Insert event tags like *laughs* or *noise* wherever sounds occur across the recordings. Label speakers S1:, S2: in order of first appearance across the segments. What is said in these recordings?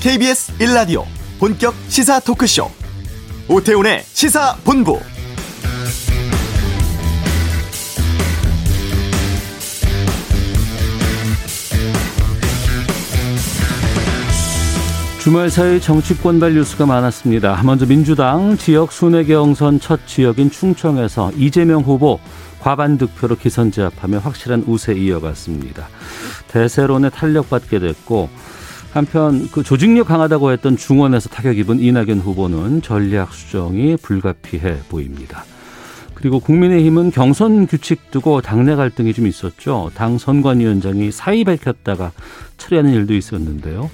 S1: KBS 1라디오 본격 시사 토크쇼 오태훈의 시사본부
S2: 주말 사이 정치권발 뉴스가 많았습니다. 먼저 민주당 지역 순회 경선 첫 지역인 충청에서 이재명 후보 과반 득표로 기선 제압하며 확실한 우세 이어갔습니다. 대세론에 탄력받게 됐고 한편 그 조직력 강하다고 했던 중원에서 타격 입은 이낙연 후보는 전략 수정이 불가피해 보입니다. 그리고 국민의힘은 경선 규칙 두고 당내 갈등이 좀 있었죠. 당 선관위원장이 사의 밝혔다가 처리하는 일도 있었는데요.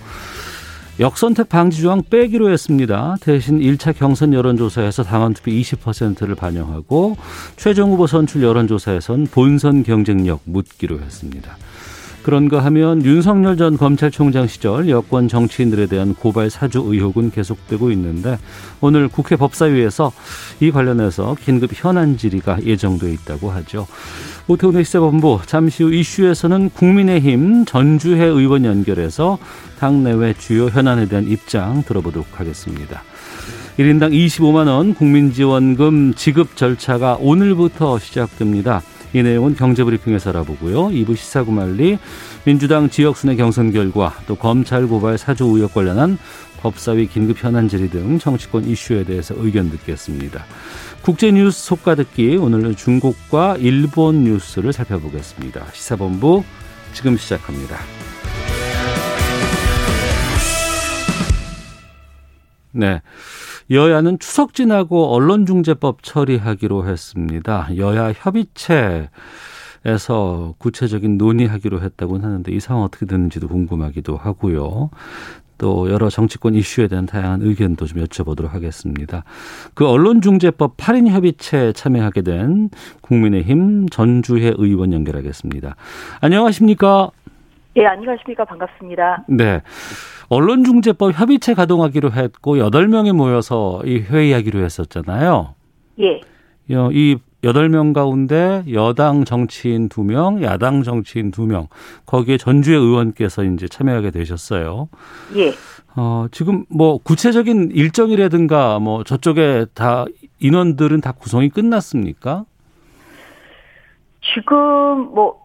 S2: 역선택 방지 조항 빼기로 했습니다. 대신 1차 경선 여론조사에서 당원 투표 20%를 반영하고 최종 후보 선출 여론조사에선 본선 경쟁력 묻기로 했습니다. 그런가 하면 윤석열 전 검찰총장 시절 여권 정치인들에 대한 고발 사주 의혹은 계속되고 있는데 오늘 국회 법사위에서 이 관련해서 긴급 현안 질의가 예정돼 있다고 하죠. 오태훈의 시사본부 잠시 후 이슈에서는 국민의힘 전주혜 의원 연결해서 당내외 주요 현안에 대한 입장 들어보도록 하겠습니다. 1인당 25만 원 국민지원금 지급 절차가 오늘부터 시작됩니다. 이 내용은 경제브리핑에서 알아보고요. 2부 시사구말리 민주당 지역순회 경선 결과 또 검찰 고발 사주 의혹 관련한 법사위 긴급 현안 질의 등 정치권 이슈에 대해서 의견 듣겠습니다. 국제 뉴스 속가듣기 오늘은 중국과 일본 뉴스를 살펴보겠습니다. 시사본부 지금 시작합니다. 네. 여야는 추석 지나고 언론중재법 처리하기로 했습니다. 여야 협의체에서 구체적인 논의하기로 했다고는 하는데 이 상황 어떻게 되는지도 궁금하기도 하고요. 또 여러 정치권 이슈에 대한 다양한 의견도 좀 여쭤보도록 하겠습니다. 그 언론중재법 8인 협의체에 참여하게 된 국민의힘 전주혜 의원 연결하겠습니다. 안녕하십니까?
S3: 예, 안녕하십니까. 반갑습니다.
S2: 네. 언론중재법 협의체 가동하기로 했고 여덟 명이 모여서 이 회의하기로 했었잖아요.
S3: 예.
S2: 이 여덟 명 가운데 여당 정치인 두명 야당 정치인 두명 거기에 전주의 의원께서 이제 참여하게 되셨어요.
S3: 예.
S2: 어, 지금 뭐 구체적인 일정이라든가 뭐 저쪽에 다 인원들은 다 구성이 끝났습니까?
S3: 지금 뭐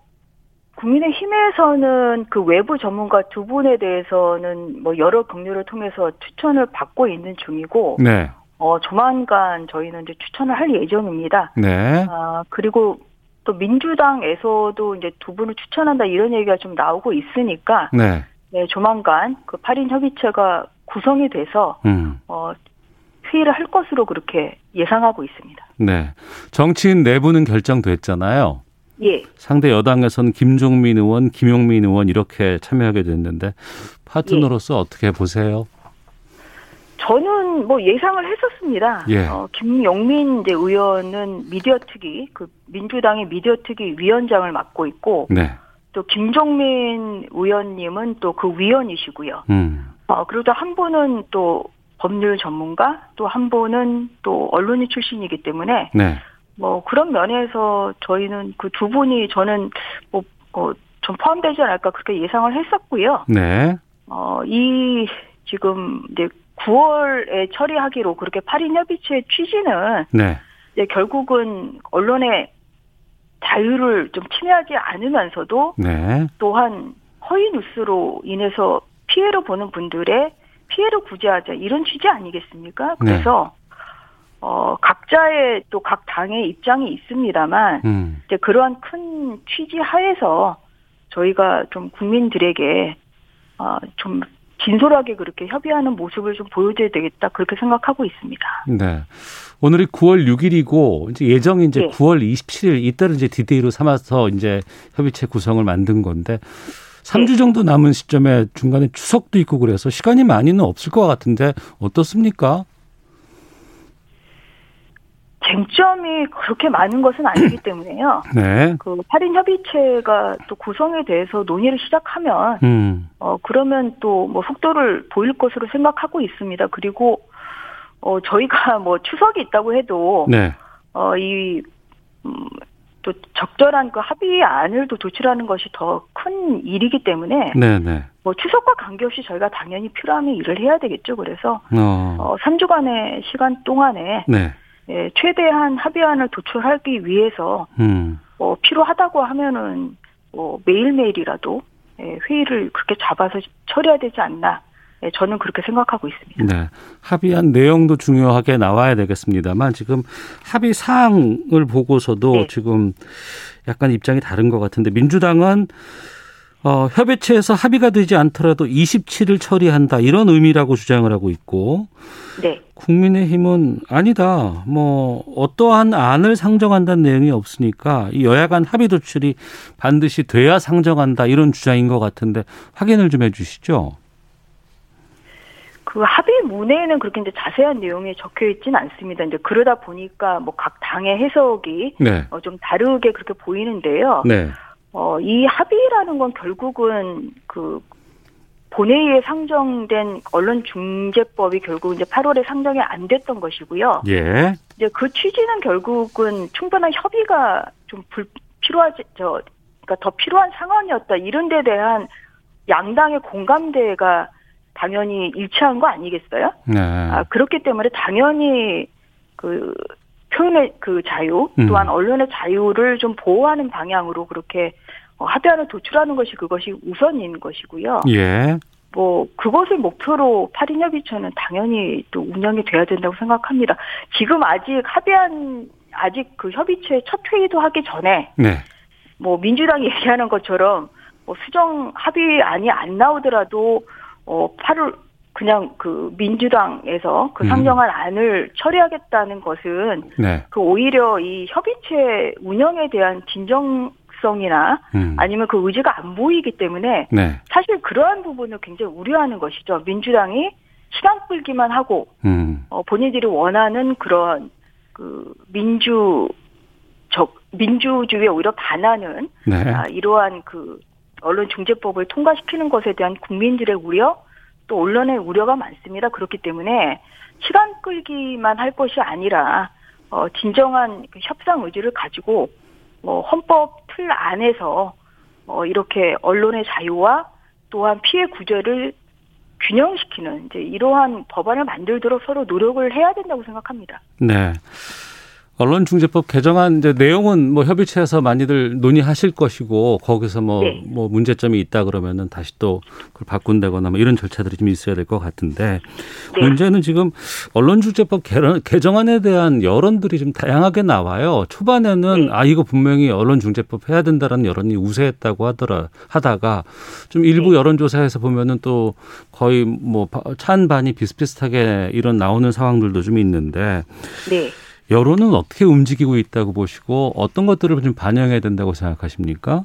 S3: 국민의힘에서는 그 외부 전문가 두 분에 대해서는 뭐 여러 경로를 통해서 추천을 받고 있는 중이고,
S2: 네.
S3: 어 조만간 저희는 이제 추천을 할 예정입니다.
S2: 네.
S3: 아 그리고 또 민주당에서도 이제 두 분을 추천한다 이런 얘기가 좀 나오고 있으니까,
S2: 네.
S3: 네 조만간 그 8인 협의체가 구성이 돼서
S2: 음.
S3: 어 회의를 할 것으로 그렇게 예상하고 있습니다.
S2: 네. 정치인 내부는 결정됐잖아요.
S3: 예.
S2: 상대 여당에서는 김종민 의원, 김용민 의원 이렇게 참여하게 됐는데 파트너로서 어떻게 보세요?
S3: 저는 뭐 예상을 했었습니다.
S2: 예.
S3: 어, 김용민 이제 의원은 미디어 특위, 그 민주당의 미디어 특위 위원장을 맡고 있고
S2: 네.
S3: 또 김종민 의원님은 또 그 위원이시고요.
S2: 음.
S3: 어, 그리고 또 한 분은 또 법률 전문가, 또 한 분은 또 언론인 출신이기 때문에
S2: 네.
S3: 뭐 그런 면에서 저희는 그 두 분이 저는 뭐 어, 좀 포함되지 않을까 그렇게 예상을 했었고요.
S2: 네.
S3: 어, 이 지금 이제 9월에 처리하기로 그렇게 8인 협의체의 취지는
S2: 네.
S3: 이제 결국은 언론의 자유를 좀 침해하지 않으면서도
S2: 네.
S3: 또한 허위 뉴스로 인해서 피해를 보는 분들의 피해를 구제하자 이런 취지 아니겠습니까? 그래서 어 각자의 또 각 당의 입장이 있습니다만
S2: 음.
S3: 이제 그러한 큰 취지 하에서 저희가 좀 국민들에게 아, 좀 진솔하게 그렇게 협의하는 모습을 좀 보여줘야 되겠다 그렇게 생각하고 있습니다.
S2: 네. 오늘이 9월 6일이고 이제 예정이 이제
S3: 예.
S2: 9월 27일 이때를 이제 디데이로 삼아서 이제 협의체 구성을 만든 건데 3주 정도 남은 시점에 중간에 추석도 있고 그래서 시간이 많이는 없을 것 같은데 어떻습니까?
S3: 쟁점이 그렇게 많은 것은 아니기 때문에요.
S2: 네.
S3: 그 8인 협의체가 또 구성에 대해서 논의를 시작하면
S2: 음.
S3: 어 그러면 또 뭐 속도를 보일 것으로 생각하고 있습니다. 그리고 어 저희가 뭐 추석이 있다고 해도
S2: 네.
S3: 어, 이, 음, 또 적절한 그 합의안을 또 도출하는 것이 더 큰 일이기 때문에
S2: 네, 네.
S3: 뭐 뭐 추석과 관계없이 저희가 당연히 필요하면 일을 해야 되겠죠. 그래서 어, 3주간의 시간 동안에
S2: 네.
S3: 예, 최대한 합의안을 도출하기 위해서
S2: 음.
S3: 어, 필요하다고 하면은 뭐 매일매일이라도 예, 회의를 그렇게 잡아서 처리해야 되지 않나. 예, 저는 그렇게 생각하고 있습니다.
S2: 네. 합의한 내용도 중요하게 나와야 되겠습니다만 지금 합의 사항을 보고서도
S3: 네.
S2: 지금 약간 입장이 다른 것 같은데 민주당은 어, 협의체에서 합의가 되지 않더라도 27일 처리한다 이런 의미라고 주장을 하고 있고
S3: 네.
S2: 국민의힘은 아니다. 뭐 어떠한 안을 상정한다는 내용이 없으니까 이 여야 간 합의 도출이 반드시 돼야 상정한다 이런 주장인 것 같은데 확인을 좀 해주시죠.
S3: 그 합의문에는 그렇게 이제 자세한 내용이 적혀 있진 않습니다. 이제 그러다 보니까 뭐 각 당의 해석이
S2: 네.
S3: 어, 좀 다르게 그렇게 보이는데요.
S2: 네.
S3: 어, 이 합의라는 건 결국은 그 본회의에 상정된 언론중재법이 결국 이제 8월에 상정이 안 됐던 것이고요.
S2: 예.
S3: 이제 그 취지는 결국은 충분한 협의가 좀 불, 필요하지, 저, 그러니까 더 필요한 상황이었다. 이런 데 대한 양당의 공감대가 당연히 일치한 거 아니겠어요?
S2: 네.
S3: 아, 그렇기 때문에 당연히 그 표현의 그 자유
S2: 음.
S3: 또한 언론의 자유를 좀 보호하는 방향으로 그렇게 어, 합의안을 도출하는 것이 그것이 우선인 것이고요.
S2: 예.
S3: 뭐 그것을 목표로 8인 협의체는 당연히 또 운영이 돼야 된다고 생각합니다. 지금 아직 합의안 아직 그 협의체 첫 회의도 하기 전에
S2: 네.
S3: 뭐 민주당이 *laughs* 얘기하는 것처럼 뭐 수정 합의안이 안 나오더라도 어 8월 그냥 그 민주당에서 그
S2: 음.
S3: 상정한 안을 처리하겠다는 것은
S2: 네.
S3: 그 오히려 이 협의체 운영에 대한 진정성이나
S2: 음.
S3: 아니면 그 의지가 안 보이기 때문에
S2: 네.
S3: 사실 그러한 부분을 굉장히 우려하는 것이죠. 민주당이 시간 끌기만 하고
S2: 음.
S3: 어, 본인들이 원하는 그런 그 민주적 민주주의에 오히려 반하는
S2: 네.
S3: 아, 이러한 그 언론 중재법을 통과시키는 것에 대한 국민들의 우려 또 언론의 우려가 많습니다. 그렇기 때문에 시간 끌기만 할 것이 아니라 어, 진정한 그 협상 의지를 가지고 뭐 헌법 틀 안에서 어, 이렇게 언론의 자유와 또한 피해 구제를 균형시키는 이제 이러한 법안을 만들도록 서로 노력을 해야 된다고 생각합니다.
S2: 네. 언론중재법 개정안 이제 내용은 뭐 협의체에서 많이들 논의하실 것이고 거기서 뭐 뭐
S3: 네.
S2: 문제점이 있다 그러면은 다시 또 그걸 바꾼다거나 뭐 이런 절차들이 좀 있어야 될 것 같은데
S3: 네.
S2: 문제는 지금 언론중재법 개론- 개정안에 대한 여론들이 좀 다양하게 나와요. 초반에는
S3: 네.
S2: 아 이거 분명히 언론중재법 해야 된다라는 여론이 우세했다고 하더라 하다가 좀 일부
S3: 네.
S2: 여론조사에서 보면은 또 거의 뭐 찬반이 비슷비슷하게 이런 나오는 상황들도 좀 있는데
S3: 네.
S2: 여론은 어떻게 움직이고 있다고 보시고 어떤 것들을 좀 반영해야 된다고 생각하십니까?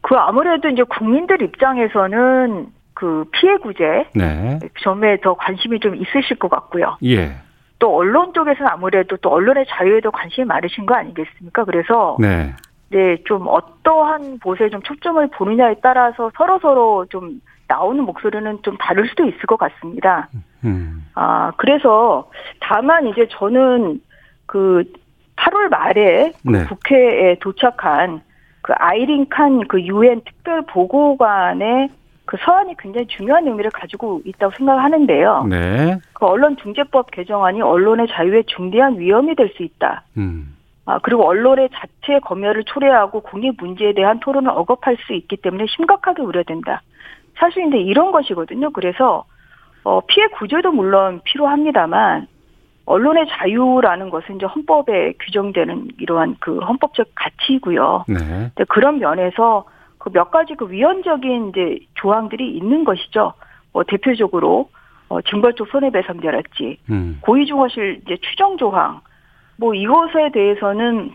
S3: 그 아무래도 이제 국민들 입장에서는 그 피해 구제
S2: 네.
S3: 점에 더 관심이 좀 있으실 것 같고요.
S2: 예.
S3: 또 언론 쪽에서는 아무래도 또 언론의 자유에도 관심이 많으신 거 아니겠습니까? 그래서
S2: 네.
S3: 네, 좀 어떠한 곳에 좀 초점을 보느냐에 따라서 서로 서로 좀 나오는 목소리는 좀 다를 수도 있을 것 같습니다.
S2: 음.
S3: 아 그래서 다만 이제 저는 그 8월 말에
S2: 네.
S3: 국회에 도착한 그 아이린 칸 그 유엔 특별 보고관의 그 서한이 굉장히 중요한 의미를 가지고 있다고 생각하는데요.
S2: 네.
S3: 그 언론 중재법 개정안이 언론의 자유에 중대한 위험이 될 수 있다.
S2: 음.
S3: 아, 그리고 언론의 자체 검열을 초래하고 공익 문제에 대한 토론을 억압할 수 있기 때문에 심각하게 우려된다. 사실 이제 이런 것이거든요. 그래서 어, 피해 구제도 물론 필요합니다만 언론의 자유라는 것은 이제 헌법에 규정되는 이러한 그 헌법적 가치이고요.
S2: 네.
S3: 근데 그런 면에서 그 몇 가지 그 위헌적인 이제 조항들이 있는 것이죠. 뭐 대표적으로 어, 증벌적 손해배상제랄지
S2: 음.
S3: 고의중화실 이제 추정 조항 뭐 이것에 대해서는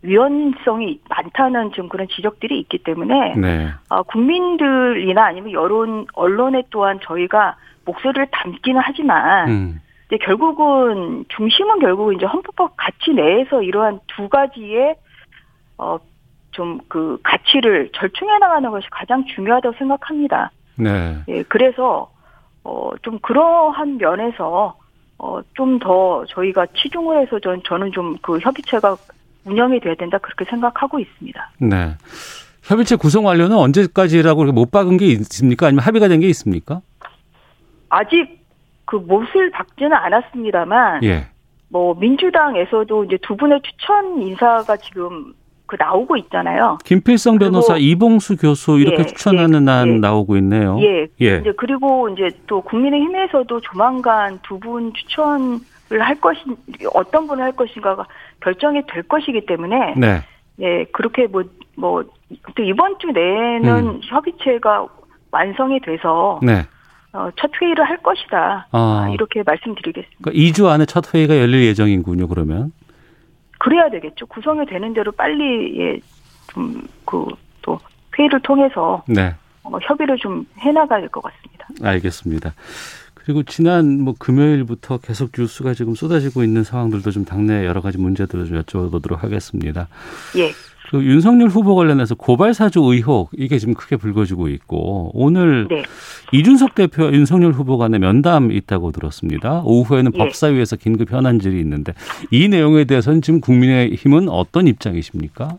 S3: 위헌성이 많다는 지금 그런 지적들이 있기 때문에
S2: 네.
S3: 아, 국민들이나 아니면 여론 언론에 또한 저희가 목소리를 담기는 하지만
S2: 음.
S3: 근데 결국은 중심은 결국 이제 헌법법 가치 내에서 이러한 두 가지의 어 좀 그 가치를 절충해 나가는 것이 가장 중요하다고 생각합니다.
S2: 네.
S3: 예, 그래서 어 좀 그러한 면에서 어 좀 더 저희가 치중을 해서 전 저는 좀 그 협의체가 운영이 돼야 된다 그렇게 생각하고 있습니다.
S2: 네. 협의체 구성 완료는 언제까지라고 못 박은 게 있습니까? 아니면 합의가 된 게 있습니까?
S3: 아직 그 몹을 박지는 않았습니다만
S2: 예.
S3: 뭐 민주당에서도 이제 두 분의 추천 인사가 지금 그 나오고 있잖아요.
S2: 김필성
S3: 그리고-
S2: 변호사, 이봉수 교수 이렇게
S3: 예,
S2: 추천하는
S3: 예,
S2: 안
S3: 예.
S2: 나오고 있네요.
S3: 예.
S2: 예.
S3: 이제 그리고 이제 또 국민의힘에서도 조만간 두 분 추천을 할 것인 어떤 분을 할 것인가가 결정이 될 것이기 때문에
S2: 네.
S3: 예 그렇게 뭐 뭐 또 이번 주 내에는
S2: 음.
S3: 협의체가 완성이 돼서
S2: 네.
S3: 어, 첫 회의를 할 것이다
S2: 아,
S3: 아, 이렇게 말씀드리겠습니다.
S2: 그러니까 2주 안에 첫 회의가 열릴 예정이군요. 그러면.
S3: 그래야 되겠죠. 구성이 되는 대로 빨리 예, 좀그 또 회의를 통해서
S2: 네.
S3: 어, 협의를 좀 해나가야 될 것 같습니다.
S2: 알겠습니다. 그리고 지난 뭐 금요일부터 계속 뉴스가 지금 쏟아지고 있는 상황들도 좀 당내 여러 가지 문제들을 좀 여쭤보도록 하겠습니다.
S3: 예,
S2: 그리고 윤석열 후보 관련해서 고발 사주 의혹 이게 지금 크게 불거지고 있고 오늘
S3: 네,
S2: 이준석 대표 와 윤석열 후보 간의 면담 있다고 들었습니다. 오후에는
S3: 예.
S2: 법사위에서 긴급 현안질이 있는데 이 내용에 대해서는 지금 국민의힘은 어떤 입장이십니까?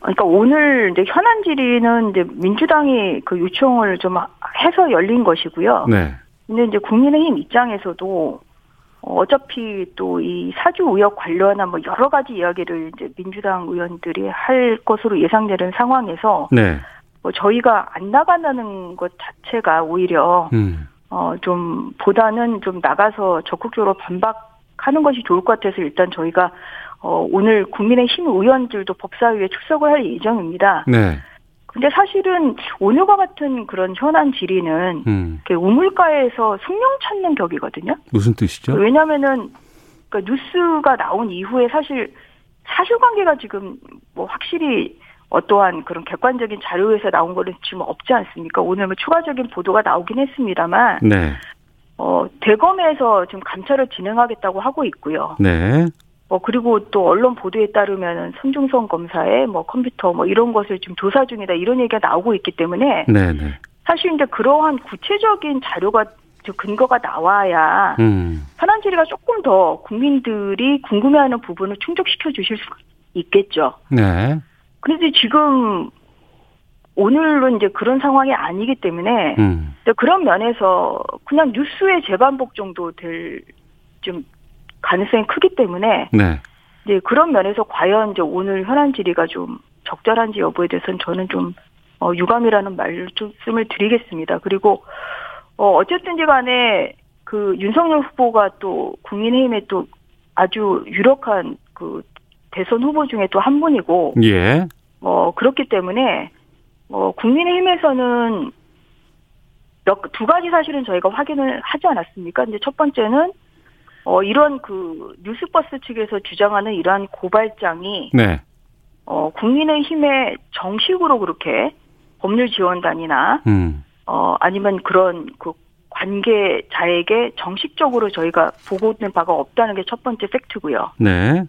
S3: 그러니까 오늘 이제 현안 질의는 이제 민주당이 그 요청을 좀 하- 해서 열린 것이고요.
S2: 네,
S3: 근데 이제 국민의힘 입장에서도 어, 어차피 또 이 사주 의혹 관련한 뭐 여러 가지 이야기를 이제 민주당 의원들이 할 것으로 예상되는 상황에서
S2: 네,
S3: 뭐 저희가 안 나간다는 것 자체가 오히려
S2: 음,
S3: 어 좀 보다는 좀 나가서 적극적으로 반박하는 것이 좋을 것 같아서 일단 저희가 어 오늘 국민의힘 의원들도 법사위에 출석을 할 예정입니다.
S2: 네,
S3: 근데 사실은 오늘과 같은 그런 현안 질의는
S2: 음,
S3: 이렇게 우물가에서 숙명 찾는 격이거든요.
S2: 무슨 뜻이죠?
S3: 왜냐면은 그니까 뉴스가 나온 이후에 사실 사실관계가 지금 뭐 확실히 어떠한 그런 객관적인 자료에서 나온 거는 지금 없지 않습니까? 오늘 뭐 추가적인 보도가 나오긴 했습니다만
S2: 네,
S3: 어 대검에서 지금 감찰을 진행하겠다고 하고 있고요.
S2: 네,
S3: 뭐 그리고 또 언론 보도에 따르면은 손중성 검사의 뭐 컴퓨터 뭐 이런 것을 지금 조사 중이다 이런 얘기가 나오고 있기 때문에
S2: 네, 네,
S3: 사실 이제 그러한 구체적인 자료가 즉 근거가 나와야
S2: 음,
S3: 현안 질의가 조금 더 국민들이 궁금해하는 부분을 충족시켜 주실 수 있겠죠.
S2: 네,
S3: 그런데 지금 오늘은 이제 그런 상황이 아니기 때문에
S2: 음,
S3: 이제 그런 면에서 그냥 뉴스의 재반복 정도 될 좀 가능성이 크기 때문에
S2: 네.
S3: 이제 그런 면에서 과연 이제 오늘 현안 질의가 좀 적절한지 여부에 대해서는 저는 좀 어, 유감이라는 말씀을 드리겠습니다. 그리고 어, 어쨌든지 간에 그 윤석열 후보가 또 국민의힘의 또 아주 유력한 그 대선 후보 중에 또 한 분이고
S2: 예.
S3: 어, 그렇기 때문에 어, 국민의힘에서는 몇, 두 가지 사실은 저희가 확인을 하지 않았습니까? 이제 첫 번째는 어, 이런 그 뉴스버스 측에서 주장하는 이러한 고발장이
S2: 네.
S3: 어, 국민의힘에 정식으로 그렇게 법률 지원단이나
S2: 음.
S3: 어, 아니면 그런 그 관계자에게 정식적으로 저희가 보고된 바가 없다는 게 첫 번째 팩트고요.
S2: 네.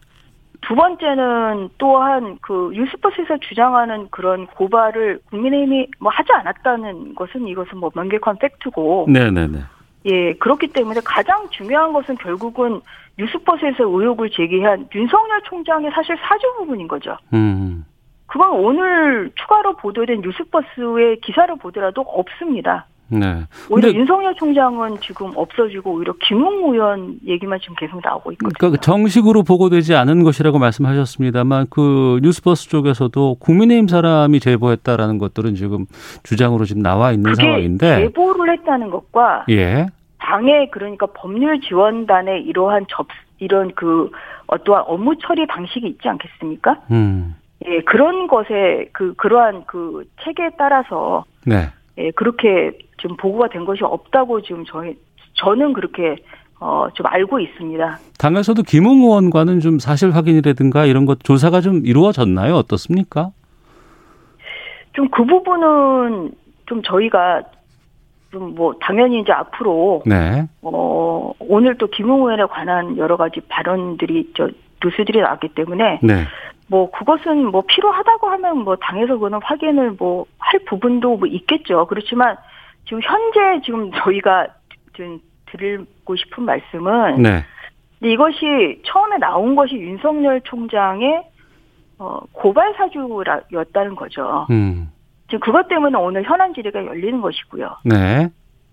S3: 두 번째는 또한 그 뉴스버스에서 주장하는 그런 고발을 국민의힘이 뭐 하지 않았다는 것은 이것은 뭐 명백한 팩트고
S2: 네, 네, 네.
S3: 예 그렇기 때문에 가장 중요한 것은 결국은 뉴스버스에서 의혹을 제기한 윤석열 총장의 사실 사주 부분인 거죠.
S2: 음.
S3: 그건 오늘 추가로 보도된 뉴스버스의 기사를 보더라도 없습니다.
S2: 네.
S3: 오히려
S2: 근데-
S3: 윤석열 총장은 지금 없어지고 오히려 김웅 의원 얘기만 지금 계속 나오고 있거든요.
S2: 그러니까 정식으로 보고되지 않은 것이라고 말씀하셨습니다만 그 뉴스버스 쪽에서도 국민의힘 사람이 제보했다라는 것들은 지금 주장으로 지금 나와 있는
S3: 그게
S2: 상황인데
S3: 제보를 했다는 것과
S2: 예.
S3: 당의 그러니까 법률 지원단의 이러한 접 이런 그 어떠한 업무 처리 방식이 있지 않겠습니까?
S2: 음.
S3: 예, 그런 것에 그 그러한 그 체계에 따라서
S2: 네.
S3: 예, 그렇게 지금 보고가 된 것이 없다고 지금 저희 저는 그렇게 어 좀 알고 있습니다.
S2: 당에서도 김웅 의원과는 좀 사실 확인이라든가 이런 것 조사가 좀 이루어졌나요? 어떻습니까?
S3: 좀 그 부분은 좀 저희가 좀 뭐 당연히 이제 앞으로
S2: 네.
S3: 어 오늘 또 김웅 의원에 관한 여러 가지 발언들이 저 뉴스들이 나왔기 때문에
S2: 네.
S3: 뭐 그것은 뭐 필요하다고 하면 뭐 당에서 그는 확인을 뭐 할 부분도 뭐 있겠죠. 그렇지만 지금 현재 지금 저희가 지금 드리고 싶은 말씀은
S2: 네.
S3: 근데 이것이 처음에 나온 것이 윤석열 총장의 어, 고발 사주였다는 거죠.
S2: 음.
S3: 지금 그것 때문에 오늘 현안 질의가 열리는 것이고요.
S2: 네.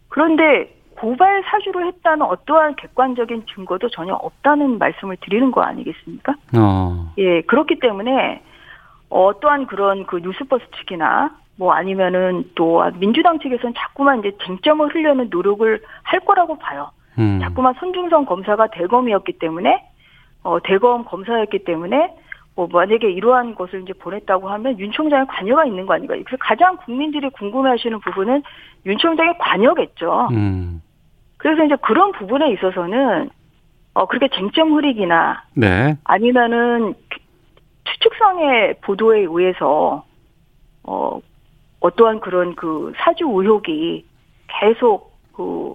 S3: 그런데 고발 사주를 했다는 어떠한 객관적인 증거도 전혀 없다는 말씀을 드리는 거 아니겠습니까?
S2: 어.
S3: 예, 그렇기 때문에 어떠한 그런 그 뉴스버스 측이나 뭐 아니면은 또 민주당 측에서는 자꾸만 이제 쟁점을 흘려는 노력을 할 거라고 봐요.
S2: 음.
S3: 자꾸만 손중성 검사가 대검이었기 때문에 어 대검 검사였기 때문에 뭐 만약에 이러한 것을 이제 보냈다고 하면 윤 총장의 관여가 있는 거 아닌가. 그래서 가장 국민들이 궁금해하시는 부분은 윤 총장의 관여겠죠.
S2: 음.
S3: 그래서 이제 그런 부분에 있어서는 어 그렇게 쟁점 흐리기나
S2: 네.
S3: 아니면은 추측성의 보도에 의해서 어 어떠한 그런 그 사주 의혹이 계속 그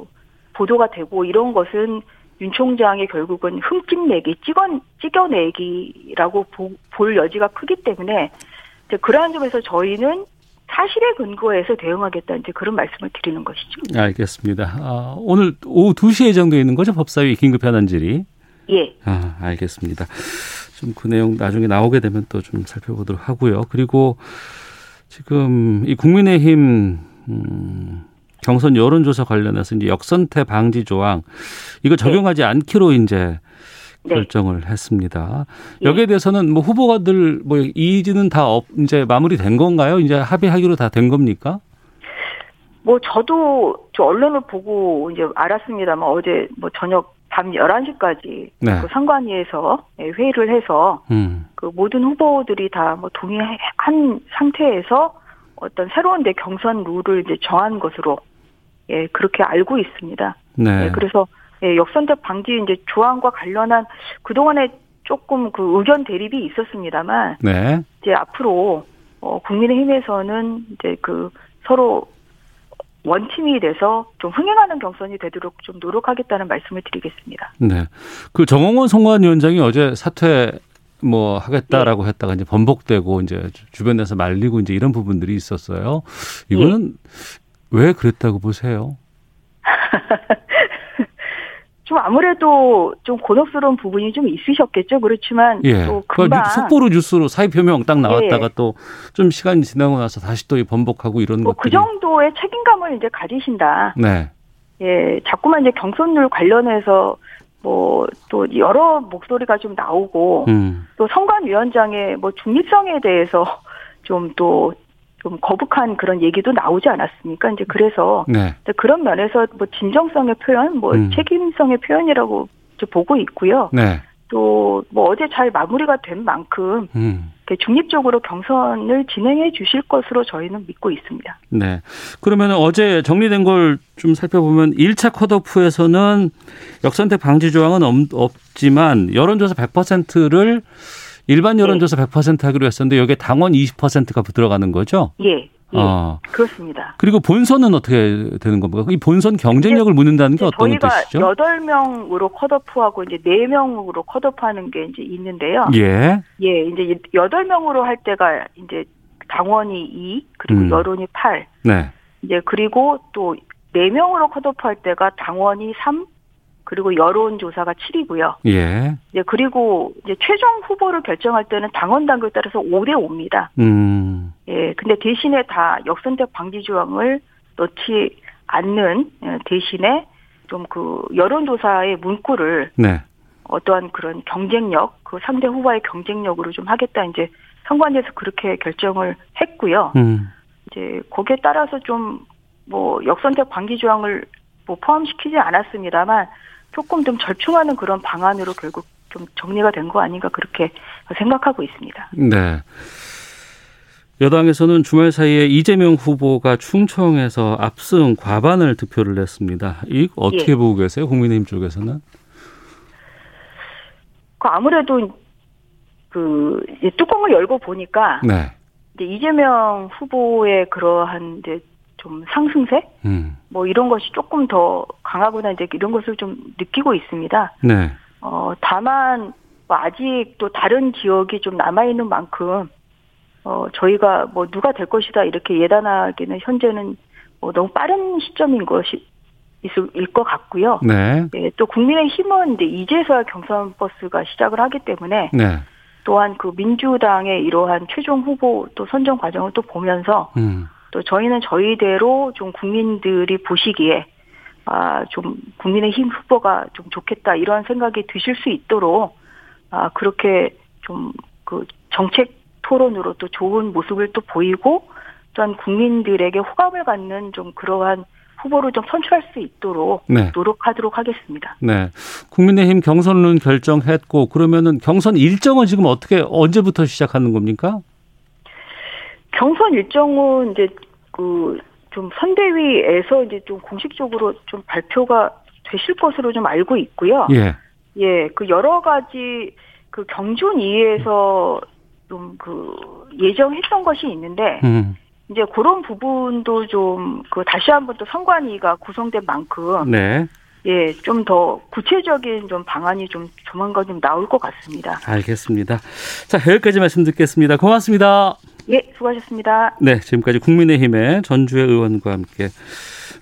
S3: 보도가 되고 이런 것은 윤 총장의 결국은 흠집내기, 찍어 찍어내기라고 보- 볼 여지가 크기 때문에 이제 그러한 점에서 저희는 사실에 근거해서 대응하겠다 이제 그런 말씀을 드리는 것이죠.
S2: 알겠습니다. 아, 오늘 오후 2시에 예정되어 있는 거죠? 법사위 긴급 현안질이.
S3: 예,
S2: 아, 알겠습니다. 좀 그 내용 나중에 나오게 되면 또 좀 살펴보도록 하고요. 그리고 지금 이 국민의힘 음, 경선 여론조사 관련해서 이제 역선택 방지 조항 이거 적용하지 않기로 이제
S3: 네.
S2: 결정을 했습니다.
S3: 예.
S2: 여기에 대해서는 뭐 후보가들 뭐 이의지는 다 없, 이제 마무리된 건가요? 이제 합의하기로 다 된 겁니까?
S3: 뭐 저도 저 언론을 보고 이제 알았습니다만 어제 뭐 저녁 밤 11시까지
S2: 네.
S3: 그 상관위에서 예, 회의를 해서
S2: 음.
S3: 그 모든 후보들이 다 뭐 동의한 상태에서 어떤 새로운 내 경선 룰을 이제 정한 것으로 예 그렇게 알고 있습니다.
S2: 네.
S3: 예, 그래서 예, 역선택 방지 이제 조항과 관련한 그동안에 조금 그 의견 대립이 있었습니다만
S2: 네.
S3: 이제 앞으로 어, 국민의힘에서는 이제 그 서로 원팀이 돼서 좀 흥행하는 경선이 되도록 좀 노력하겠다는 말씀을 드리겠습니다.
S2: 네. 그 정홍원 선관위원장이 어제 사퇴 뭐
S3: 네.
S2: 하겠다라고 했다가 이제 번복되고 이제 주- 주변에서 말리고 이제 이런 부분들이 있었어요. 이거는
S3: 예.
S2: 왜 그랬다고 보세요?
S3: 좀 아무래도 좀 곤혹스러운 부분이 좀 있으셨겠죠. 그렇지만
S2: 예.
S3: 또
S2: 그
S3: 어, 금방
S2: 속보로 뉴스로 사의 표명 딱 나왔다가
S3: 예.
S2: 또 좀 시간이 지나고 나서 다시 또 이 번복하고 이런
S3: 뭐
S2: 것들이
S3: 그 정도의 책임감을 이제 가지신다.
S2: 네.
S3: 예, 자꾸만 이제 경선률 관련해서 뭐 또 여러 목소리가 좀 나오고
S2: 음.
S3: 또 선관위원장의 뭐 중립성에 대해서 좀 또 좀 거북한 그런 얘기도 나오지 않았습니까? 이제 그래서
S2: 네.
S3: 이제 그런 면에서 뭐 진정성의 표현, 뭐
S2: 음.
S3: 책임성의 표현이라고 이제 보고 있고요.
S2: 네.
S3: 또 뭐 어제 잘 마무리가 된 만큼
S2: 음.
S3: 이렇게 중립적으로 경선을 진행해 주실 것으로 저희는 믿고 있습니다.
S2: 네. 그러면 어제 정리된 걸 좀 살펴보면 1차 컷오프에서는 역선택 방지 조항은 없- 없지만 여론조사 100%를 일반 여론조사 100% 하기로 했었는데 여기에 당원 20%가 들어가는 거죠?
S3: 예, 예,
S2: 어.
S3: 그렇습니다.
S2: 그리고 본선은 어떻게 되는 겁니까? 이 본선 경쟁력을 묻는다는 게
S3: 이제
S2: 어떤
S3: 저희가
S2: 뜻이죠?
S3: 여덟 명으로 컷오프하고 이제 네 명으로 컷오프하는 게 이제 있는데요.
S2: 예.
S3: 예, 이제 여덟 명으로 할 때가 이제 당원이 2, 그리고
S2: 음.
S3: 여론이 8.
S2: 네.
S3: 이제 그리고 또 네 명으로 컷오프 할 때가 당원이 3, 그리고 여론 조사가 7이고요.
S2: 예.
S3: 이제 그리고 이제 최종 후보를 결정할 때는 당원 당규에 따라서 5대 5입니다.
S2: 음.
S3: 예, 근데 대신에 다 역선택 방지 조항을 넣지 않는 예, 대신에 좀 그 여론조사의 문구를
S2: 네.
S3: 어떠한 그런 경쟁력, 그 상대 후보와의 경쟁력으로 좀 하겠다 이제 선관위에서 그렇게 결정을 했고요.
S2: 음.
S3: 이제 거기에 따라서 좀 뭐 역선택 방기 조항을 뭐 포함시키지 않았습니다만 조금 좀 절충하는 그런 방안으로 결국 좀 정리가 된 거 아닌가 그렇게 생각하고 있습니다.
S2: 네. 여당에서는 주말 사이에 이재명 후보가 충청에서 압승 과반을 득표를 냈습니다. 이거 어떻게 보고 계세요? 국민의힘 쪽에서는?
S3: 그 아무래도 그 이제 뚜껑을 열고 보니까
S2: 네.
S3: 이제 이재명 후보의 그러한 이제 좀 상승세
S2: 음.
S3: 뭐 이런 것이 조금 더 강하구나 이제 이런 것을 좀 느끼고 있습니다.
S2: 네.
S3: 어 다만 뭐 아직 또 다른 지역이 좀 남아 있는 만큼 어 저희가 뭐 누가 될 것이다 이렇게 예단하기는 현재는 뭐 너무 빠른 시점인 것이 있을 일 것 같고요.
S2: 네.
S3: 예, 또 국민의 힘은 이제 이제서야 경선 버스가 시작을 하기 때문에
S2: 네.
S3: 또한 그 민주당의 이러한 최종 후보 또 선정 과정을 또 보면서
S2: 음.
S3: 또 저희는 저희대로 좀 국민들이 보시기에 아, 좀 국민의힘 후보가 좀 좋겠다 이런 생각이 드실 수 있도록 아, 그렇게 좀 그 정책 토론으로 또 좋은 모습을 또 보이고 또한 국민들에게 호감을 갖는 좀 그러한 후보를 좀 선출할 수 있도록
S2: 네.
S3: 노력하도록 하겠습니다.
S2: 네. 국민의힘 경선은 결정했고 그러면은 경선 일정은 지금 어떻게 언제부터 시작하는 겁니까?
S3: 경선 일정은 이제 그 좀 선대위에서 이제 좀 공식적으로 좀 발표가 되실 것으로 좀 알고 있고요.
S2: 예.
S3: 예, 그 여러 가지 그 경준위에서 좀 그 예정했던 것이 있는데
S2: 음.
S3: 이제 그런 부분도 좀 그 다시 한번 또 선관위가 구성된 만큼
S2: 네.
S3: 예, 좀 더 구체적인 좀 방안이 좀 조만간 좀 나올 것 같습니다.
S2: 알겠습니다. 자, 여기까지 말씀 듣겠습니다. 고맙습니다.
S3: 예, 수고하셨습니다.
S2: 네, 지금까지 국민의힘의 전주의 의원과 함께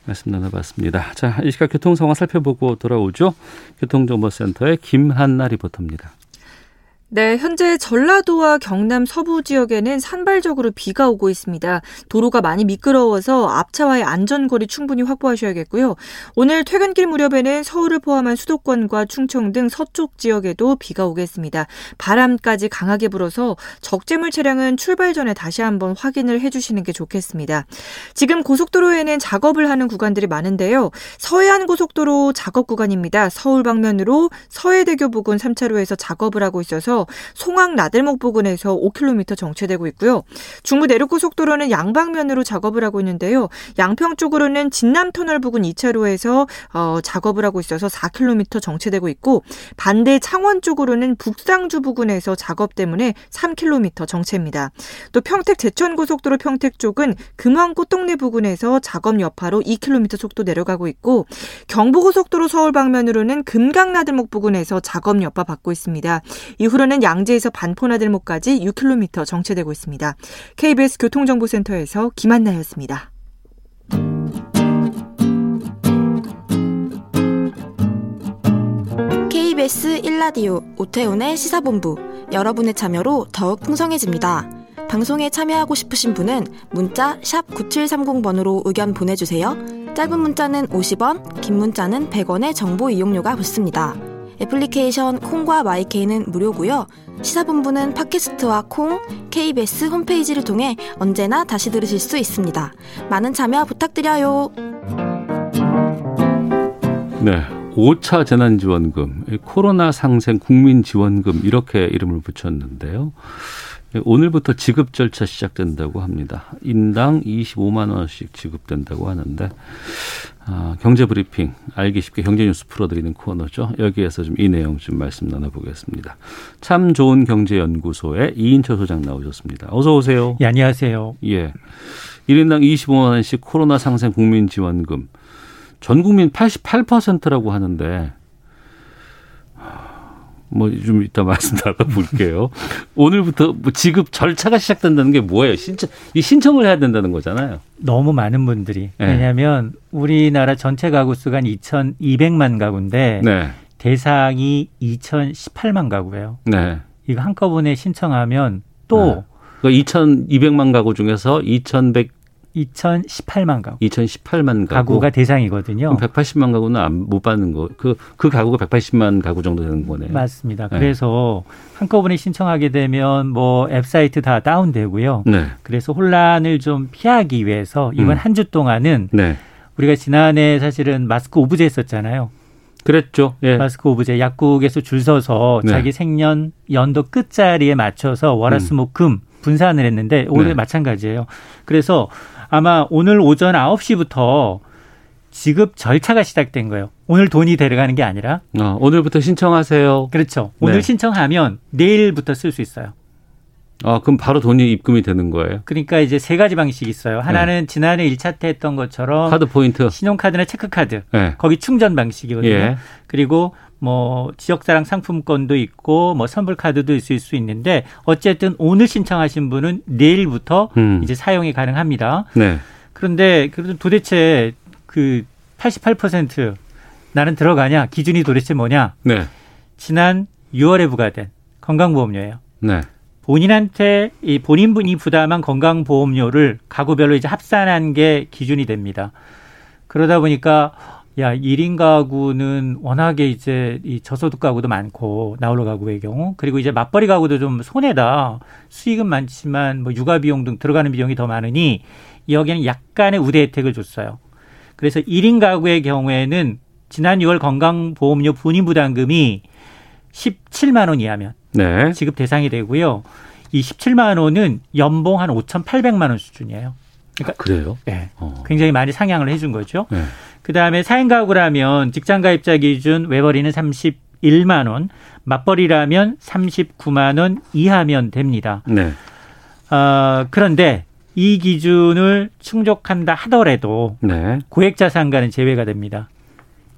S2: 말씀 나눠봤습니다. 자, 이 시각 교통 상황 살펴보고 돌아오죠. 교통정보센터의 김한나 리포터입니다.
S4: 네, 현재 전라도와 경남 서부 지역에는 산발적으로 비가 오고 있습니다. 도로가 많이 미끄러워서 앞차와의 안전거리 충분히 확보하셔야겠고요. 오늘 퇴근길 무렵에는 서울을 포함한 수도권과 충청 등 서쪽 지역에도 비가 오겠습니다. 바람까지 강하게 불어서 적재물 차량은 출발 전에 다시 한번 확인을 해주시는 게 좋겠습니다. 지금 고속도로에는 작업을 하는 구간들이 많은데요. 서해안 고속도로 작업 구간입니다. 서울 방면으로 서해대교 부근 3차로에서 작업을 하고 있어서 송악 나들목 부근에서 5km 정체되고 있고요. 중부 내륙고속도로는 양방면으로 작업을 하고 있는데요. 양평 쪽으로는 진남터널 부근 2차로에서 어, 작업을 하고 있어서 4km 정체되고 있고 반대 창원 쪽으로는 북상주 부근에서 작업 때문에 3km 정체입니다. 또 평택 제천 고속도로 평택 쪽은 금왕 꽃동네 부근에서 작업 여파로 2km 속도 내려가고 있고 경부고속도로 서울 방면으로는 금강나들목 부근에서 작업 여파 받고 있습니다. 이후로는 양재에서 반포나들목까지 6km 정체되고 있습니다. KBS 교통정보센터에서 김한나였습니다.
S5: KBS 1라디오 오태훈의 시사본부 여러분의 참여로 더욱 풍성해집니다. 방송에 참여하고 싶으신 분은 문자 샵 9730번으로 의견 보내주세요. 짧은 문자는 50원, 긴 문자는 100원의 정보 이용료가 붙습니다. 애플리케이션 콩과 마이케이는 무료고요. 시사본부는 팟캐스트와 콩, KBS 홈페이지를 통해 언제나 다시 들으실 수 있습니다. 많은 참여 부탁드려요.
S2: 네. 5차 재난지원금, 이 코로나 상생 국민지원금 이렇게 이름을 붙였는데요. 예, 오늘부터 지급 절차 시작된다고 합니다. 인당 25만 원씩 지급된다고 하는데 아, 경제 브리핑 알기 쉽게 경제 뉴스 풀어드리는 코너죠. 여기에서 좀 이 내용 좀 말씀 나눠보겠습니다. 참 좋은 경제 연구소의 이인철 소장 나오셨습니다. 어서 오세요.
S6: 예, 안녕하세요.
S2: 예. 1인당 25만 원씩 코로나 상생 국민 지원금. 전 국민 88%라고 하는데 뭐 좀 이따 말씀 *laughs* 나눠볼게요. 오늘부터 뭐 지급 절차가 시작된다는 게 뭐예요? 신청 이 신청을 해야 된다는 거잖아요.
S6: 너무 많은 분들이
S2: 네.
S6: 왜냐하면 우리나라 전체 가구 수가 한 2,200만 가구인데
S2: 네,
S6: 대상이 2,018만 가구예요.
S2: 네.
S6: 이거 한꺼번에 신청하면 또
S2: 그러니까 2,200만 가구 중에서 2,100
S6: 2,018만 가구
S2: 2,018만 가구.
S6: 가구가 대상이거든요.
S2: 그럼 180만 가구는 안, 못 받는 거. 그 그 가구가 180만 가구 정도 되는 거네요.
S6: 맞습니다.
S2: 네.
S6: 그래서 한꺼번에 신청하게 되면 뭐 앱사이트 다 다운되고요.
S2: 네,
S6: 그래서 혼란을 좀 피하기 위해서 이번
S2: 음.
S6: 한 주 동안은
S2: 네.
S6: 우리가 지난해 사실은 마스크 오브제 했었잖아요.
S2: 그랬죠. 예.
S6: 마스크 오브제 약국에서 줄 서서
S2: 네.
S6: 자기 생년 연도 끝자리에 맞춰서 월화수목금 분산을 했는데
S2: 음.
S6: 올해
S2: 네.
S6: 마찬가지예요. 그래서 아마 오늘 오전 9시부터 지급 절차가 시작된 거예요. 오늘 돈이 데려가는 게 아니라
S2: 어, 오늘부터 신청하세요.
S6: 그렇죠. 오늘
S2: 네.
S6: 신청하면 내일부터 쓸 수 있어요.
S2: 아, 그럼 바로 돈이 입금이 되는 거예요?
S6: 그러니까 이제 세 가지 방식이 있어요. 하나는 지난해 일차때 했던 것처럼
S2: 네. 카드 포인트.
S6: 신용카드나 체크카드
S2: 예.
S6: 거기 충전 방식이거든요.
S2: 예.
S6: 그리고 뭐 지역사랑 상품권도 있고 뭐 선불카드도 있을 수 있는데 어쨌든 오늘 신청하신 분은 내일부터
S2: 음.
S6: 이제 사용이 가능합니다.
S2: 네.
S6: 그런데 그래도 도대체 그 88% 나는 들어가냐 기준이 도대체 뭐냐
S2: 네.
S6: 지난 6월에 부과된 건강보험료예요.
S2: 네.
S6: 본인한테 이 본인분이 부담한 건강보험료를 가구별로 이제 합산한 게 기준이 됩니다. 그러다 보니까 야, 1인 가구는 워낙에 이제 이 저소득 가구도 많고, 나홀로 가구의 경우, 그리고 이제 맞벌이 가구도 좀 손해다. 수익은 많지만 뭐 육아 비용 등 들어가는 비용이 더 많으니 여기에는 약간의 우대 혜택을 줬어요. 그래서 1인 가구의 경우에는 지난 6월 건강보험료 본인 부담금이 17만 원 이하면
S2: 네.
S6: 지급 대상이 되고요. 이 17만 원은 연봉 한 5,800만 원 수준이에요.
S2: 아, 그래요?
S6: 예.
S2: 어.
S6: 굉장히 많이 상향을 해준 거죠.
S2: 네.
S6: 그 다음에 4인 가구라면 직장 가입자 기준 외벌이는 31만 원, 맞벌이라면 39만 원 이하면 됩니다.
S2: 네.
S6: 어, 그런데 이 기준을 충족한다 하더라도
S2: 네.
S6: 고액자산가는 제외가 됩니다.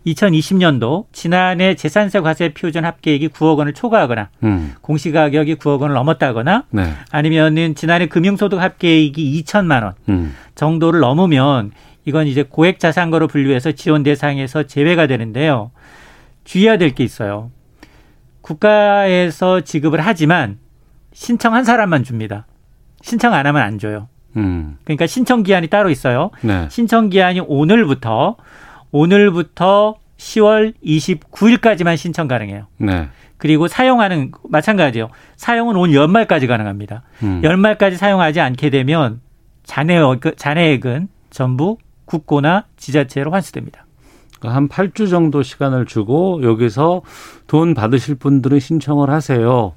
S6: 2020년도 지난해 재산세 과세 표준 합계액이 9억 원을 초과하거나
S2: 음.
S6: 공시가격이 9억 원을 넘었다거나
S2: 네.
S6: 아니면은 지난해 금융소득 합계액이 2천만 원
S2: 음.
S6: 정도를 넘으면 이건 이제 고액 자산거로 분류해서 지원 대상에서 제외가 되는데요. 주의해야 될 게 있어요. 국가에서 지급을 하지만 신청한 사람만 줍니다. 신청 안 하면 안 줘요.
S2: 음.
S6: 그러니까 신청 기한이 따로 있어요.
S2: 네.
S6: 신청 기한이 오늘부터 오늘부터 10월 29일까지만 신청 가능해요.
S2: 네.
S6: 그리고 사용하는 마찬가지예요. 사용은 온 연말까지 가능합니다.
S2: 음.
S6: 연말까지 사용하지 않게 되면 잔해액, 잔해액은 전부 국고나 지자체로 환수됩니다.
S2: 그러니까 한 8주 정도 시간을 주고 여기서 돈 받으실 분들은 신청을 하세요.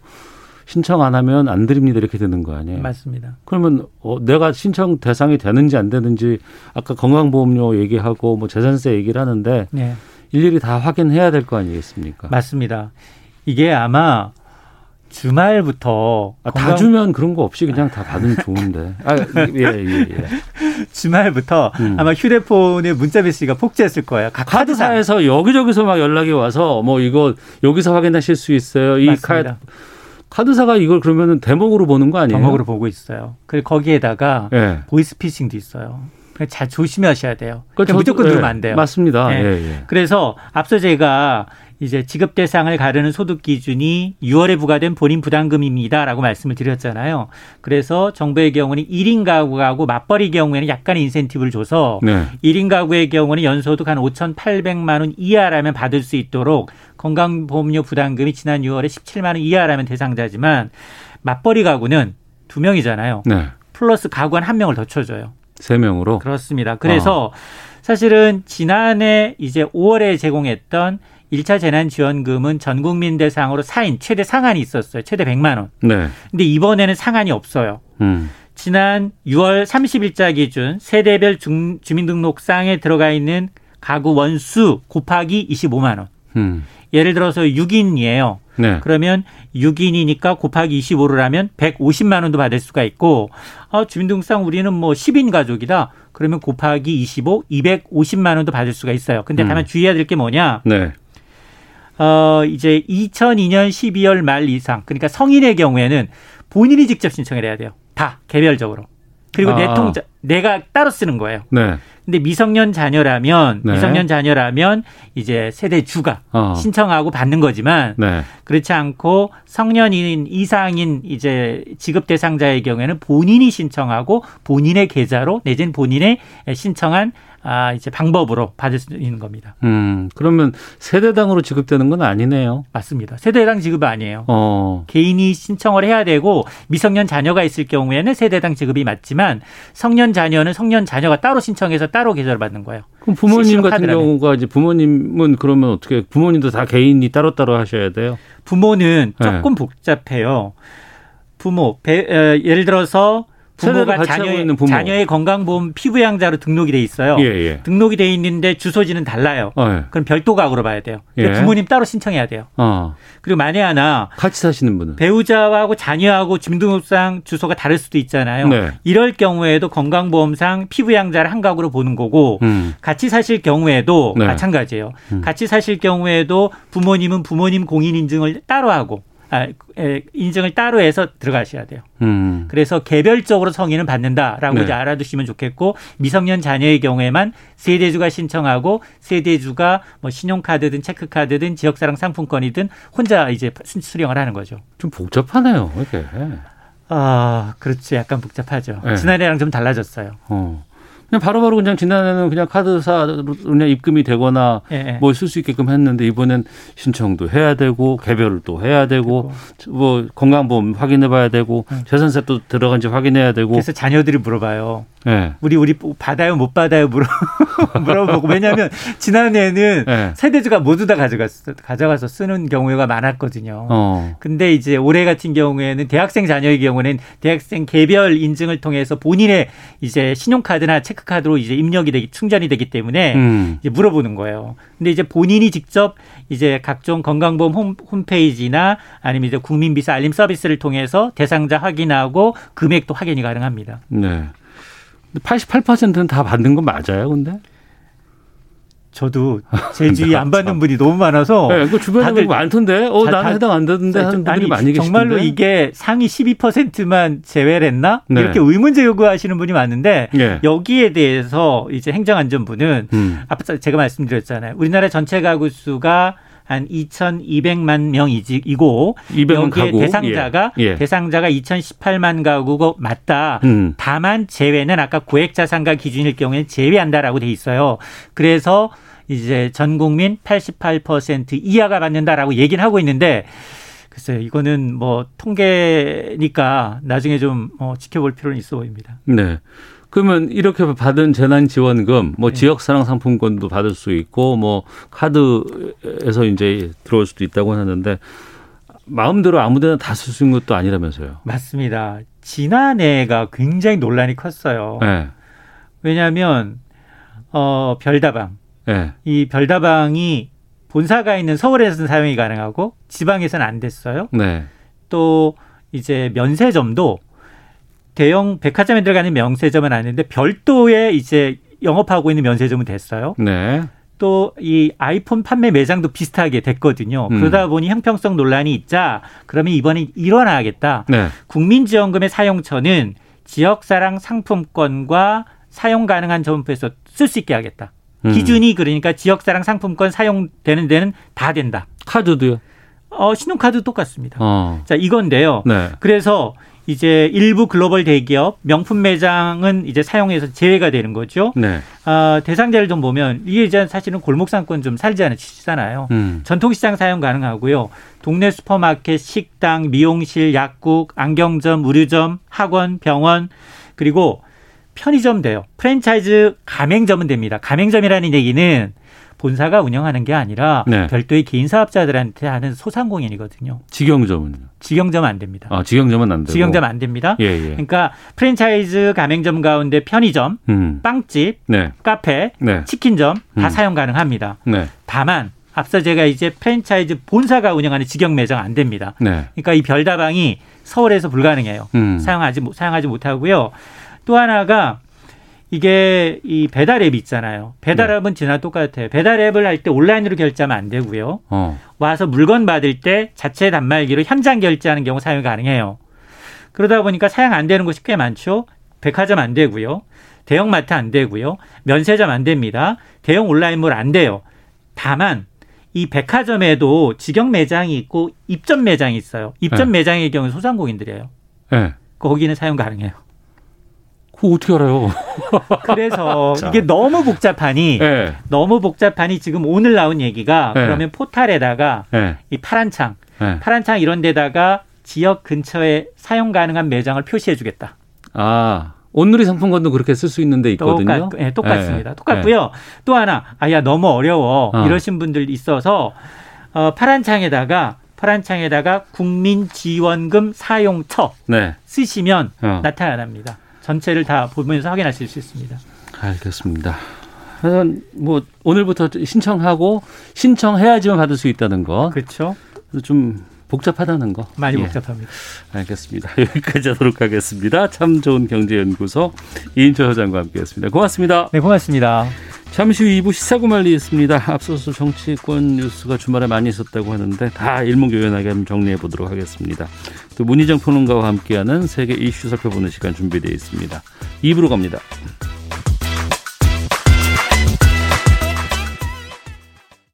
S2: 신청 안 하면 안 드립니다. 이렇게 되는 거 아니에요?
S6: 맞습니다.
S2: 그러면 어, 내가 신청 대상이 되는지 안 되는지 아까 건강보험료 얘기하고 뭐 재산세 얘기를 하는데
S6: 네,
S2: 일일이 다 확인해야 될 거 아니겠습니까?
S6: 맞습니다. 이게 아마 주말부터
S2: 아, 다
S6: 건강-
S2: 주면 그런 거 없이 그냥 다
S6: *laughs*
S2: 받으면 좋은데. 아, 예, 예, 예.
S6: 주말부터
S2: 음.
S6: 아마 휴대폰에 문자 메시지가 폭주했을 거예요. 각 카드사
S2: 카드사에서 여기저기서 막 연락이 와서 뭐 이거 여기서 확인하실 수 있어요. 이 카드,
S6: 맞습니다.
S2: 카드사가 이걸 그러면은 대목으로 보는 거 아니에요?
S6: 정목으로 보고 있어요. 그리고 거기에다가
S2: 예.
S6: 보이스피싱도 있어요. 그러니까 잘 조심하셔야 돼요.
S2: 그러니까
S6: 그냥
S2: 저도-
S6: 무조건
S2: 예,
S6: 누르면 안 돼요.
S2: 맞습니다. 예,
S6: 예.
S2: 예.
S6: 그래서 앞서 제가 이제 지급 대상을 가르는 소득 기준이 6월에 부과된 본인 부담금입니다라고 말씀을 드렸잖아요. 그래서 정부의 경우는 1인 가구하고 맞벌이 경우에는 약간의 인센티브를 줘서
S2: 네.
S6: 1인 가구의 경우는 연소득 한 5,800만 원 이하라면 받을 수 있도록 건강보험료 부담금이 지난 6월에 17만 원 이하라면 대상자지만 맞벌이 가구는 두 명이잖아요.
S2: 네.
S6: 플러스 가구 한 한 명을 더 쳐줘요.
S2: 세 명으로.
S6: 그렇습니다. 그래서 사실은 지난해 이제 5월에 제공했던 1차 재난지원금은 전 국민 대상으로 4인 최대 상한이 있었어요. 최대 100만 원.
S2: 네.
S6: 근데 이번에는 상한이 없어요.
S2: 음.
S6: 지난 6월 30일자 기준 세대별 중- 주민등록상에 들어가 있는 가구 원수 곱하기 25만 원.
S2: 음.
S6: 예를 들어서 6인이에요.
S2: 네.
S6: 그러면 6인이니까 곱하기 25를 하면 150만 원도 받을 수가 있고 아, 주민등록상 우리는 뭐 10인 가족이다. 그러면 곱하기 25, 250만 원도 받을 수가 있어요. 근데
S2: 음.
S6: 다만 주의해야 될 게 뭐냐?
S2: 네.
S6: 어, 이제 2002년 12월 말 이상 그러니까 성인의 경우에는 본인이 직접 신청을 해야 돼요. 다 개별적으로. 그리고 내
S2: 아.
S6: 통장 내가 따로 쓰는 거예요.
S2: 네.
S6: 근데 미성년 자녀라면
S2: 네.
S6: 미성년 자녀라면 이제 세대 주가
S2: 어.
S6: 신청하고 받는 거지만
S2: 네.
S6: 그렇지 않고 성년인 이상인 이제 지급 대상자의 경우에는 본인이 신청하고 본인의 계좌로 내지는 본인의 신청한 아 이제 방법으로 받을 수 있는 겁니다.
S2: 음. 그러면 세대당으로 지급되는 건 아니네요.
S6: 맞습니다. 세대당 지급 아니에요.
S2: 어.
S6: 개인이 신청을 해야 되고 미성년 자녀가 있을 경우에는 세대당 지급이 맞지만 성년 자녀는 성년 자녀가 따로 신청해서 따로 계좌를 받는 거예요.
S2: 그럼 부모님
S6: 실시간
S2: 같은
S6: 카드라면.
S2: 경우가 이제 부모님은 그러면 어떻게 부모님도 다 개인이 따로따로 하셔야 돼요?
S6: 부모는
S2: 네.
S6: 조금 복잡해요. 부모 배- 에, 예를 들어서
S2: 세대로
S6: 부모가
S2: 같이 하고
S6: 자녀의,
S2: 있는 부모.
S6: 자녀의 건강보험 피부양자로 등록이 돼 있어요.
S2: 예, 예.
S6: 등록이 돼 있는데 주소지는 달라요.
S2: 어, 예.
S6: 그럼 별도 가구로 봐야 돼요.
S2: 예.
S6: 부모님 따로 신청해야 돼요.
S2: 어.
S6: 그리고 만에 하나
S2: 같이 사시는 분은.
S6: 배우자하고 자녀하고 주민등록상 주소가 다를 수도 있잖아요.
S2: 네.
S6: 이럴 경우에도 건강보험상 피부양자를 한 가구로 보는 거고
S2: 음.
S6: 같이 사실 경우에도
S2: 네.
S6: 마찬가지예요.
S2: 음.
S6: 같이 사실 경우에도 부모님은 부모님 공인 인증을 따로 하고 아, 에, 인증을 따로 해서 들어가셔야 돼요.
S2: 음.
S6: 그래서 개별적으로 성인은 받는다라고
S2: 네.
S6: 이제 알아두시면 좋겠고 미성년 자녀의 경우에만 세대주가 신청하고 세대주가 뭐 신용카드든 체크카드든 지역사랑 상품권이든 혼자 이제 수- 수령을 하는 거죠.
S2: 좀 복잡하네요. 이게.
S6: 아 그렇죠. 약간 복잡하죠.
S2: 네.
S6: 지난해랑 좀 달라졌어요.
S2: 어. 그냥 바로바로 그냥 지난해는 그냥 카드사로 그냥 입금이 되거나
S6: 예, 예.
S2: 뭐 쓸 수 있게끔 했는데 이번엔 신청도 해야 되고 개별을 또 해야 되고 뭐 건강보험 확인해 봐야 되고
S6: 음.
S2: 재산세 또 들어간지 확인해야 되고
S6: 그래서 자녀들이 물어봐요.
S2: 예.
S6: 우리 우리 받아요 못 받아요 물어 *laughs* 물어보고 왜냐하면 지난해는
S2: 예.
S6: 세대주가 모두 다 가져갔 가져가서 쓰는 경우가 많았거든요.
S2: 어.
S6: 근데 이제 올해 같은 경우에는 대학생 자녀의 경우는 대학생 개별 인증을 통해서 본인의 이제 신용카드나 체크카드로 이제 입력이 되기 충전이 되기 때문에
S2: 음.
S6: 이제 물어보는 거예요. 근데 이제 본인이 직접 이제 각종 건강보험 홈, 홈페이지나 아니면 이제 국민비서 알림 서비스를 통해서 대상자 확인하고 금액도 확인이 가능합니다.
S2: 네. 88%는 다 받는 건 맞아요, 근데? *laughs*
S6: 저도 제 주위에 안 받는 분이 너무 많아서
S2: 네, 그 주변에
S6: 어. 다들
S2: 뭐 많던데, 어,
S6: 다-
S2: 나는
S6: 다-
S2: 해당 안 되는데 하는 분들이
S6: 아니,
S2: 많이 계시던데.
S6: 정말로 이게 상위 12%만 제외를 했나?
S2: 네.
S6: 이렇게 의문제 요구하시는 분이 많은데
S2: 예.
S6: 여기에 대해서 이제 행정안전부는
S2: 음.
S6: 앞서 제가 말씀드렸잖아요. 우리나라 전체 가구 수가 한 2,200만 명이고
S2: 200만
S6: 여기에
S2: 가구.
S6: 대상자가
S2: 예. 예.
S6: 대상자가 2,018만 가구고 맞다.
S2: 음.
S6: 다만 제외는 아까 고액자산가 기준일 경우에는 제외한다라고 돼 있어요. 그래서 이제 전 국민 88% 이하가 받는다라고 얘기는 하고 있는데 글쎄요 이거는 뭐 통계니까 나중에 좀 어, 지켜볼 필요는 있어 보입니다.
S2: 네. 그러면 이렇게 받은 재난 지원금,
S6: 네.
S2: 뭐 지역 사랑 상품권도 받을 수 있고, 뭐 카드에서 이제 들어올 수도 있다고 하는데 마음대로 아무데나 다 쓸 수 있는 것도 아니라면서요.
S6: 맞습니다. 지난해가 굉장히 논란이 컸어요.
S2: 예.
S6: 왜냐하면 어, 별다방
S2: 예.
S6: 이 별다방이 본사가 있는 서울에서는 사용이 가능하고 지방에서는 안 됐어요.
S2: 네.
S6: 또 이제 면세점도 대형 백화점에 들어가는 면세점은 아닌데 별도의 이제 영업하고 있는 면세점은 됐어요.
S2: 네.
S6: 또 이 아이폰 판매 매장도 비슷하게 됐거든요.
S2: 음.
S6: 그러다 보니 형평성 논란이 있자 그러면 이번에 일어나겠다.
S2: 네.
S6: 국민지원금의 사용처는 지역사랑 상품권과 사용 가능한 점포에서 쓸 수 있게 하겠다.
S2: 음.
S6: 기준이 그러니까 지역사랑 상품권 사용되는 데는 다 된다.
S2: 카드도요.
S6: 어, 신용카드 똑같습니다.
S2: 어.
S6: 자, 이건데요.
S2: 네.
S6: 그래서 이제 일부 글로벌 대기업 명품 매장은 이제 사용해서 제외가 되는 거죠.
S2: 네.
S6: 아, 대상자를 좀 보면 이게 이제 사실은 골목상권 좀 살지 않은 시잖아요.
S2: 음.
S6: 전통시장 사용 가능하고요. 동네 슈퍼마켓, 식당, 미용실, 약국, 안경점, 의류점, 학원, 병원 그리고 편의점 돼요. 프랜차이즈 가맹점은 됩니다. 가맹점이라는 얘기는 본사가 운영하는 게 아니라
S2: 네.
S6: 별도의 개인 사업자들한테 하는 소상공인이거든요.
S2: 직영점은요.
S6: 직영점 안 됩니다.
S2: 아, 직영점은 안 되고.
S6: 직영점 안 됩니다.
S2: 예, 예.
S6: 그러니까 프랜차이즈 가맹점 가운데 편의점,
S2: 음.
S6: 빵집,
S2: 네.
S6: 카페,
S2: 네.
S6: 치킨점 다
S2: 음.
S6: 사용 가능합니다.
S2: 네.
S6: 다만 앞서 제가 이제 프랜차이즈 본사가 운영하는 직영 매장 안 됩니다.
S2: 네.
S6: 그러니까 이 별다방이 서울에서 불가능해요.
S2: 음.
S6: 사용하지 못- 사용하지 못하고요. 또 하나가 이게 이 배달 앱 있잖아요. 배달
S2: 네.
S6: 앱은 지나 똑같아요. 배달 앱을 할 때 온라인으로 결제하면 안 되고요.
S2: 어.
S6: 와서 물건 받을 때 자체 단말기로 현장 결제하는 경우 사용이 가능해요. 그러다 보니까 사용 안 되는 곳이 꽤 많죠. 백화점 안 되고요. 대형마트 안 되고요. 면세점 안 됩니다. 대형 온라인몰 안 돼요. 다만 이 백화점에도 직영 매장이 있고 입점 매장이 있어요. 입점
S2: 네.
S6: 매장의 경우 소상공인들이에요.
S2: 예.
S6: 거기는 사용 가능해요.
S2: 그거 어떻게 알아요?
S6: 그래서
S2: *laughs* 자.
S6: 이게 너무 복잡하니
S2: 예.
S6: 너무 복잡하니 지금 오늘 나온 얘기가
S2: 네.
S6: 그러면 포탈에다가
S2: 예.
S6: 이 파란 창
S2: 예.
S6: 파란창 이런 데다가 지역 근처에 사용 가능한 매장을 표시해 주겠다.
S2: 아, 온누리 상품권도 그렇게 쓸 수 있는데 있거든요.
S6: 똑같, 예, 똑같습니다.
S2: 예, 예.
S6: 똑같고요. 또 하나, 아야 너무 어려워
S2: 어.
S6: 이러신 분들 있어서 어, 파란창에다가 파란창에다가 국민지원금 사용처
S2: 네.
S6: 쓰시면
S2: 어.
S6: 나타납니다. 전체를 다 보면서 확인하실 수 있습니다.
S2: 알겠습니다. 하여간 뭐 오늘부터 신청하고 신청해야지만 받을 수 있다는 거.
S6: 그렇죠?
S2: 그래서 좀 복잡하다는 거.
S6: 많이
S2: 예.
S6: 복잡합니다.
S2: 알겠습니다. *laughs* 여기까지 하도록 하겠습니다. 참 좋은 경제연구소 이인철 소장과 함께했습니다. 고맙습니다.
S6: 네, 고맙습니다.
S2: 잠시 후 2부 시사구말리 있습니다. 앞서서 정치권 뉴스가 주말에 많이 있었다고 하는데 다 일목요연하게 한번 정리해 보도록 하겠습니다. 또 문희정 평론가와 함께하는 세계 이슈 살펴보는 시간 준비되어 있습니다. 2부로 갑니다.